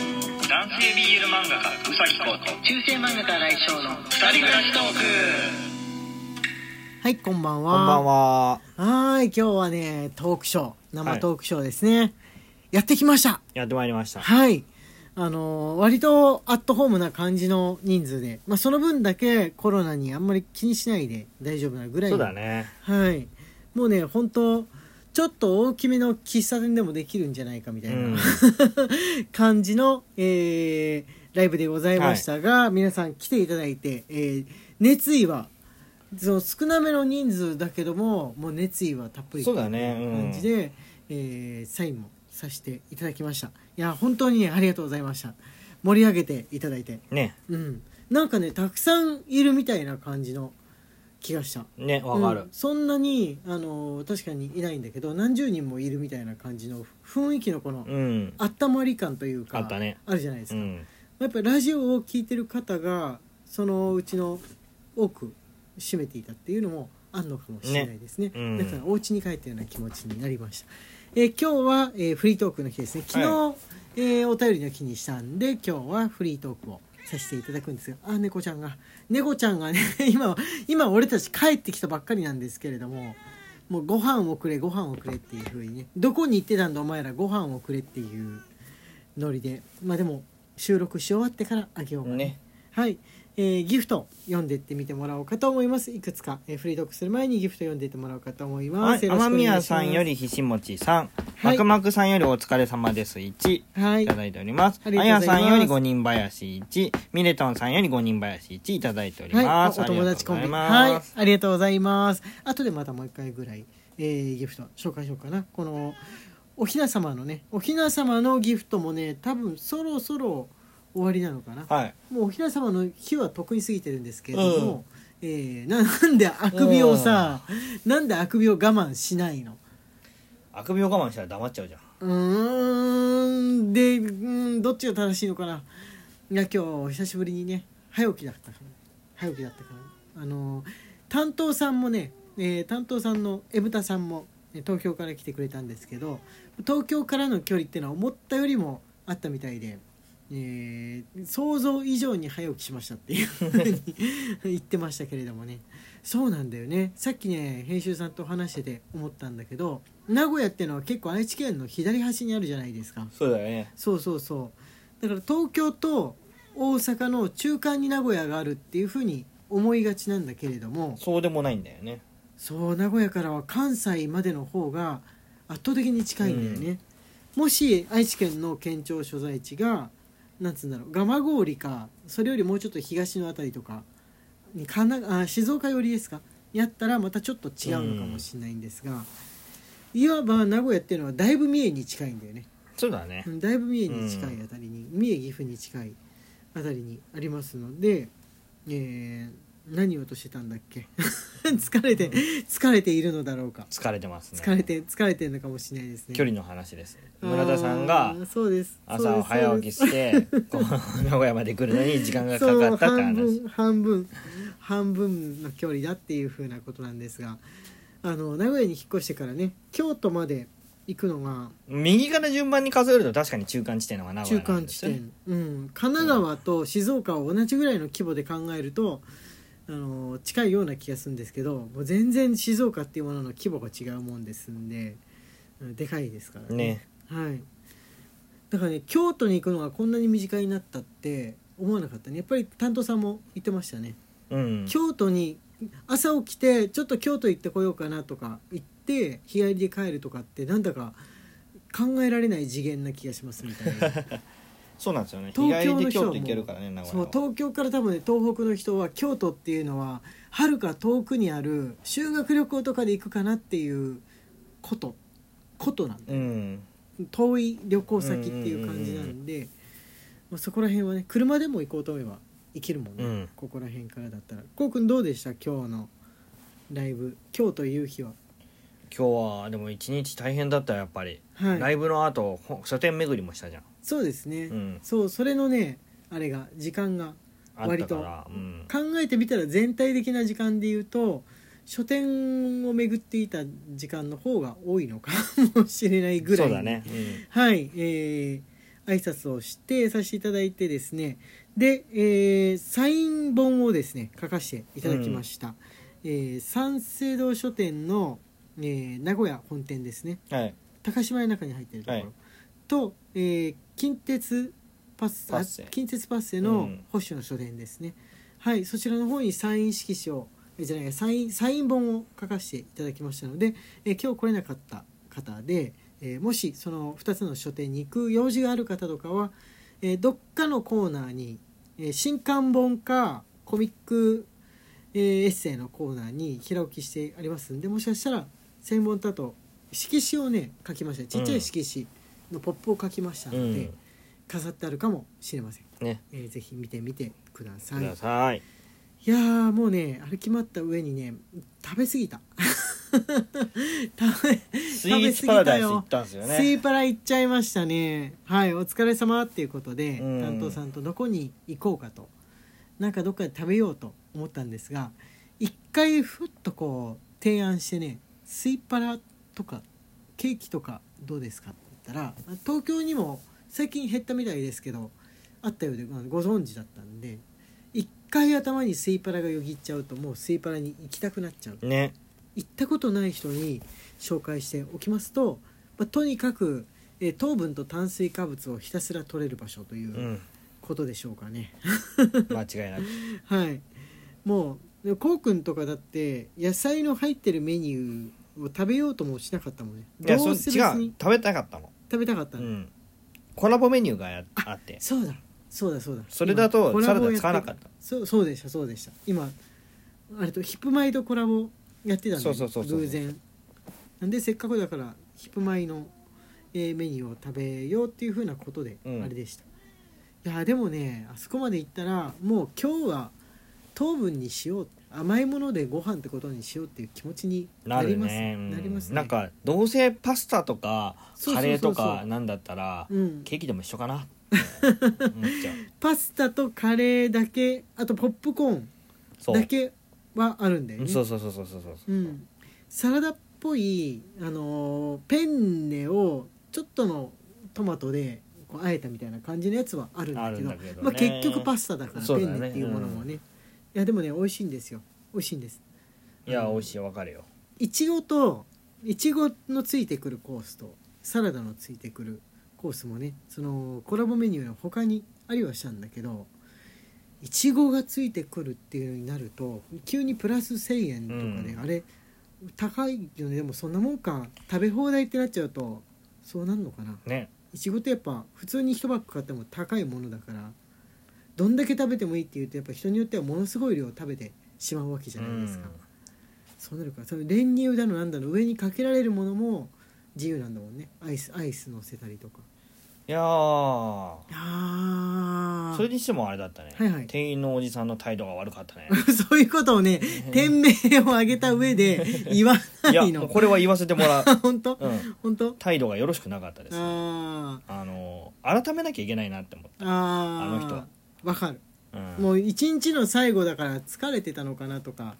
男性 BL 漫画家うさぎこと中世漫画家来翔の二人暮らしトークはいこんばんはこんばんは。はーい今日はねトークショー生はいトークショーですね、やってきましたやってまいりました。はいあのー割とアットホームな感じの人数で、まあ、その分だけコロナにあんまり気にしないで大丈夫なぐらいそのうだね。はいもうね本当ちょっと大きめの喫茶店でもできるんじゃないかみたういな、ん。感じの、えーライブでございましたが、皆さん来ていただいて、えー熱意はその少なめの人数だけどももう熱意はたっぷりそうだねという感じで、えーサインもさせていただきましたいや本当にねありがとうございました盛り上げていただいてね。うんなんかねたくさんいるみたいな感じの気がしたね、わかうんる。そんなにあの確かにいないんだけど何十人もいるみたいな感じの雰囲気のこのうん。温まり感というかあったねるじゃないですうか、ん。やっぱりラジオを聞いてる方がそのうちの多く占めていたっていうのもあるのかもしれないですねねうんだからお家に帰ったような気持ちになりました、えー今日は、えーフリートークの日ですね昨日、はえーお便りの日にしたんで今日はフリートークをさせていただくんですがあ猫ちゃんが猫ちゃんがね 今今俺たち帰ってきたばっかりなんですけれどももうご飯をくれご飯をくれっていう風にねどこに行ってたんだお前らご飯をくれっていうノリでまあでも収録し終わってからあげようかなね。はい、えーギフト読んでってみてもらおうかと思いますいくつか、えーフリートークする前にギフト読んでってもらおうかと思いまはす、い。よろし天くお願いし宮ますさんよりひしもちさん。はまいくまくさんよりお疲れ様です。1。はいいただいております。あありがとうやございますさんより五人林1。ミレトンさんより五人林1いただいておりはまい、す。おお友達コンあビりがとうございはいます。ありがとうございます後でまたもう一回ぐらい、えーギフト紹介しようかなこのおひな様のねおひな様のギフトもね多分そろそろ終わりなのかな、はい。もうおひな様の日は特に過ぎてるんですけれども、えーななんであくびをさ、なんであくびを我慢しないのあくびを我慢したら黙っちゃうじゃん。うーんでうーんどっちが正しいのかないや今日久しぶりにね早起きだったから早起きだったからあのー担当さんもね、えー担当さんのエブタさんもえー東京から来てくれたんですけど東京からの距離ってのは思ったよりもあったみたいで、えー想像以上に早起きしましたっていうふうに 言ってましたけれどもねそうなんだよねさっきね編集さんと話してて思ったんだけど名古屋ってのは結構愛知県の左端にあるじゃないですかそうだね。そうそうそうだから東京と大阪の中間に名古屋があるっていうふうに思いがちなんだけれどもそうでもないんだよね。そう名古屋からは関西までの方が圧倒的に近いんだよね、もし愛知県の県庁所在地がなんつうんだろう蒲郡かそれよりもうちょっと東の辺りとかにかなあ静岡寄りですかにあったらまたちょっと違うのかもしれないんですが、いわば名古屋っていうのはだいぶ三重に近いんだよねそうだねう。んだいぶ三重に近いあたりに、三重岐阜に近いあたりにありますので、えー何をとしてたんだっけ 疲れて疲れているのだろうか疲れてますね。疲れて疲れてるのかもしれないですね距離の話です村田さんあがーそうですそう朝です早起きしてこう名古屋まで来るのに時間がかかったってそう半分話半分半分の距離だっていうふうなことなんですがあの名古屋に引っ越してからね京都まで行くのが右から順番に数えると確かに中間地点の方が名古中屋なん間で地すよね点、うん、神奈川と静岡を同じぐらいの規模で考えると、あの近いような気がするんですけどもう全然静岡っていうものの規模が違うもんですんでうんでかいですからねねはい、だからね京都に行くのがこんなに身近になったって思わなかったねやっぱり担当さんも言ってましたね、うん京都に朝起きてちょっと京都行ってこようかなとか行って日帰りで帰るとかってなんだか考えられない次元な気がしますみたい な。そうなんですよね日東帰京の人はもうりで京都行けるからね名古そう屋は東京から多分ね東北の人は京都っていうのははるか遠くにある修学旅行とかで行くかなっていうことことなんだうよ、ん遠い旅行先っていう感じなんで、まあ、そこら辺はね車でも行こうと思えば行けるもんね、うんここら辺からだったらこうくんどうでした今日のライブ今日という日は今日はでも一日大変だったよやっぱりはラいイブの後ほ書店巡りもしたじゃんそうですね、うんそうそれのねあれが時間があったからうん考えてみたら全体的な時間で言うと書店を巡っていた 時間の方が多いのかもしれないぐらいそうだねうんはいえー挨拶をしてさせていただいてですねで、えーサイン本をですね書かせていただきました、えー三省堂書店の、えー名古屋本店ですねはい高島屋の中に入ってるところ、はいと、えー近鉄パッセパッセあ近鉄パッセうのん保守の書店ですね、はいそちらの方にサイン色紙をえじゃないサインサイン本を書かせていただきましたので、えー今日来れなかった方で、えーもしその2つの書店に行く用事がある方とかは、えーどっかのコーナーに、えー新刊本かコミック、えーエッセイのコーナーに平置きしてありますんでもしかしたら千本だと色紙をね書きましたちっちゃい色紙のポップを書きましたのうで、ん飾ってあるかもしれません、ねえーぜひ見てみてくださくいださいいやーもうね歩き回った上にね食べ過ぎた食べスイーツパラダイス行ったんですよスイねパラ行っちゃいましたねはいお疲れ様っていうことで、うん担当さんとどこに行こうかとなんかどっかで食べようと思ったんですが一回ふっとこう提案してねスイパラとかケーキとかどうですかって言ったら東京にも最近減ったみたいですけどあったようで、まあ、ご存知だったんで一回頭にスイパラがよぎっちゃうともうスイパラに行きたくなっちゃうね行ったことない人に紹介しておきますと、まあ、とにかく、えー糖分と炭水化物をひたすら取れる場所といううん ことでしょうかね、間違いなくはいもうでこうくんとかだって野菜の入ってるメニューを食べようともしなかったもんねいやどそうう違うせ別に食べたかったの食べたかったうの、んコラボメニューがやあってそうだそうだそうだそれだ今とコラボサラダ使わなかったやてそうそうでしたそうでした今あれとヒップマイとコラボやってたんでそうそうそうそう偶然なんでせっかくだからヒップマイの、えーメニューを食べようっていうふうなことでうんあれでした、いやでもねあそこまで行ったらもう今日は糖分にしよう甘いものでご飯ってことにしようっていう気持ちに ななりるますねうんりますねなんかどうせパスタとかそうそカうそうそうレーとかなんだったらうんケーキでも一緒かなって思っ ちゃうパスタとカレーだけあとポップコーンそうだけはあるんだよね、そうそうそうそうそうそううんサラダっぽい、あのーペンネをちょっとのトマトでこうあえたみたいな感じのやつはあるんだけどあるんだけどねまあ、結局パスタだからそうペだねンネっていうものもねいやでもね美味しいんですよ美味しいんですいや美味しいわかるよいちごといちごのついてくるコースとサラダのついてくるコースもねそのコラボメニューの他にありはしたんだけどいちごがついてくるっていうのになると急にプラス1,000円とかね、うんあれ高いよねでもそんなもんか食べ放題ってなっちゃうとそうなんのかなねいちごってやっぱ普通に1パック買っても高いものだからどんだけ食べてもいいっていうとやっぱ人によってはものすごい量を食べてしまうわけじゃないですか。そうなるからその練乳だのなんだの上にかけられるものも自由なんだもんねアイスアイス乗せたりとかいやーあそれにしてもあれだったね、はいはい店員のおじさんの態度が悪かったね そういうことをね店名を挙げた上で言わないやいものうこれは言わせても らう、本当、うん、本当態度がよろしくなかったですねあーあの改めなきゃいけないなって思っあーあの人はわかるた、うんもう一日の最後だから疲れてたのかなとか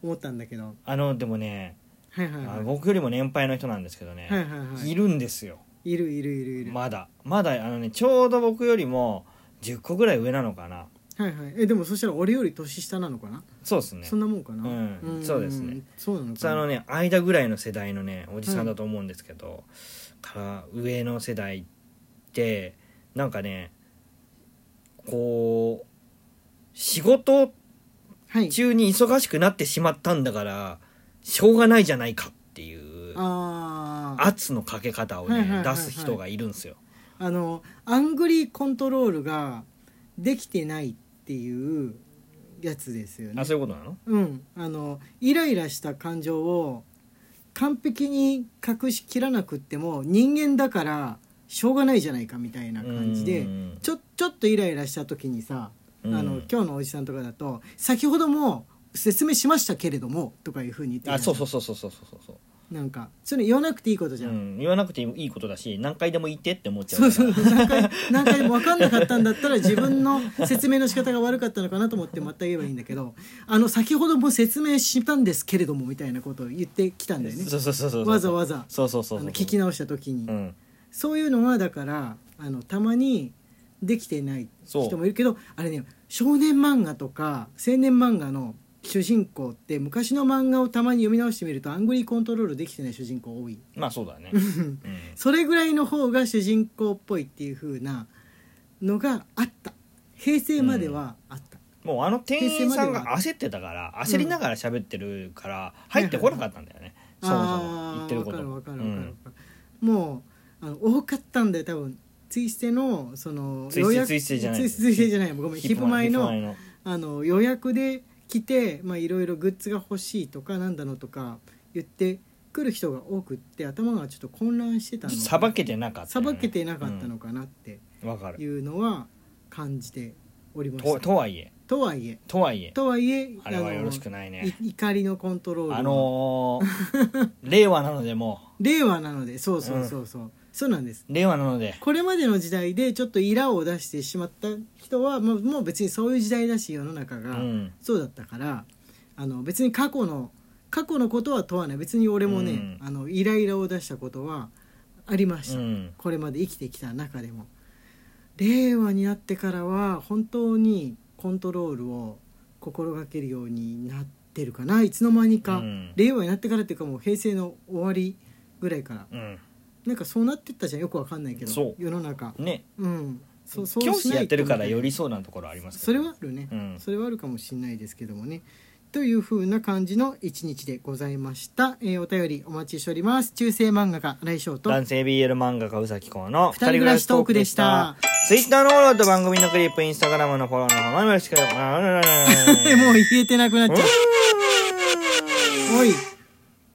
思ったんだけどあのでもね、はいはいあはい僕よりも年配の人なんですけどね、はいはいはいいるんですよいるいるいるいる、まだまだあのねちょうど僕よりも10個ぐらい上なのかなはいはいえでもそしたら俺より年下なのかな、そうですねそんなもんかな、うんそうですねそうなのあかなのね間ぐらいの世代のねおじさんだと思うんですけど、から上の世代ってなんかねこう仕事はい中に忙しくなってしまったんだからしょうがないじゃないかっていうああ圧のかけ方をはいはいはいねはい出す人がいるんですよ。あのアングリーコントロールができてないっていうやつですよねあそういうことなのうんあのイライラした感情を完璧に隠しきらなくっても人間だからしょうがないじゃないかみたいな感じでうんちょちょっとイライラした時にさあの、うん今日のおじさんとかだと先ほども説明しましたけれどもとかいうふうに言ってあそうそううそうそうそうそうそうなんかそういうの言わなくていいことじうゃん、ん、言わなくていいことだし何回でも言ってって思っちゃうかそうらそう何回何回も分かんなかったんだったら自分の説明の仕方が悪かったのかなと思ってまた言えばいいんだけどあの先ほども説明したんですけれどもみたいなことを言ってきたんだよねそうそうそうそうわざわざそうそうそうあそうの聞き直した時に、うんそういうのはだからあのたまにできてないそう人もいるけどあれね少年漫画とか青年漫画の主人公って昔の漫画をたまに読み直してみるとアングリーコントロールできてない主人公多いまあそうだね、うんうんそれぐらいの方が主人公っぽいっていう風なのがあった平成まではあった、もうあの店員さん平成までがは焦ってたから焦りながら喋ってるから入ってこなかったんだよね、あそもそも言ってることあーわかるわかるわかるわんかる、もうあの多かったんだよ多分ツイステのそのツイステツイステじゃないツイステツイステじゃないごめんヒップマイヒップのマイのあの予約で来てまあいろいろグッズが欲しいとかなんだのとか言って来る人が多くって頭がちょっと混乱してたのさばけてなかったさよね、ばけてなかったのかなってうんわ、かいるうのは感じておりましとたとはいえとはいえとはいえとはいえあれはよろしくないねい怒りのコントロールはあのー 令和なのでも令和なのでそうそうそうそう、そうなんですう令和なのでこれまでの時代でちょっとイラを出してしまった人はもうもう別にそういう時代だし世の中うが、んそうだったからあの別に過去の過去のことは問わない別に俺もね、うんあのイライラを出したことはありましうた、んこれまで生きてきた中でも令和になってからは本当にコントロールを心がけるようになってるかないつの間にか、うん令和になってからっていうかもう平成の終わりぐらいからうんなんかそうなってったじゃんよくわかんないけそうど世の中ねうんそうそう教師しなやっいてとるからよみりたいなそうなところありますけどそれはあるね、うんそれはあるかもしれないですけどもねというふうな感じの一日でございました、えーお便りお待ちしております中世漫画家来翔と 男性 BL 漫画家うさきこうの二人暮らしトークでしたツイッターのフォローと番組のクリップインスタグラムのフォローの 方もよろしくお願いしますもう言えてなくなっちゃうおい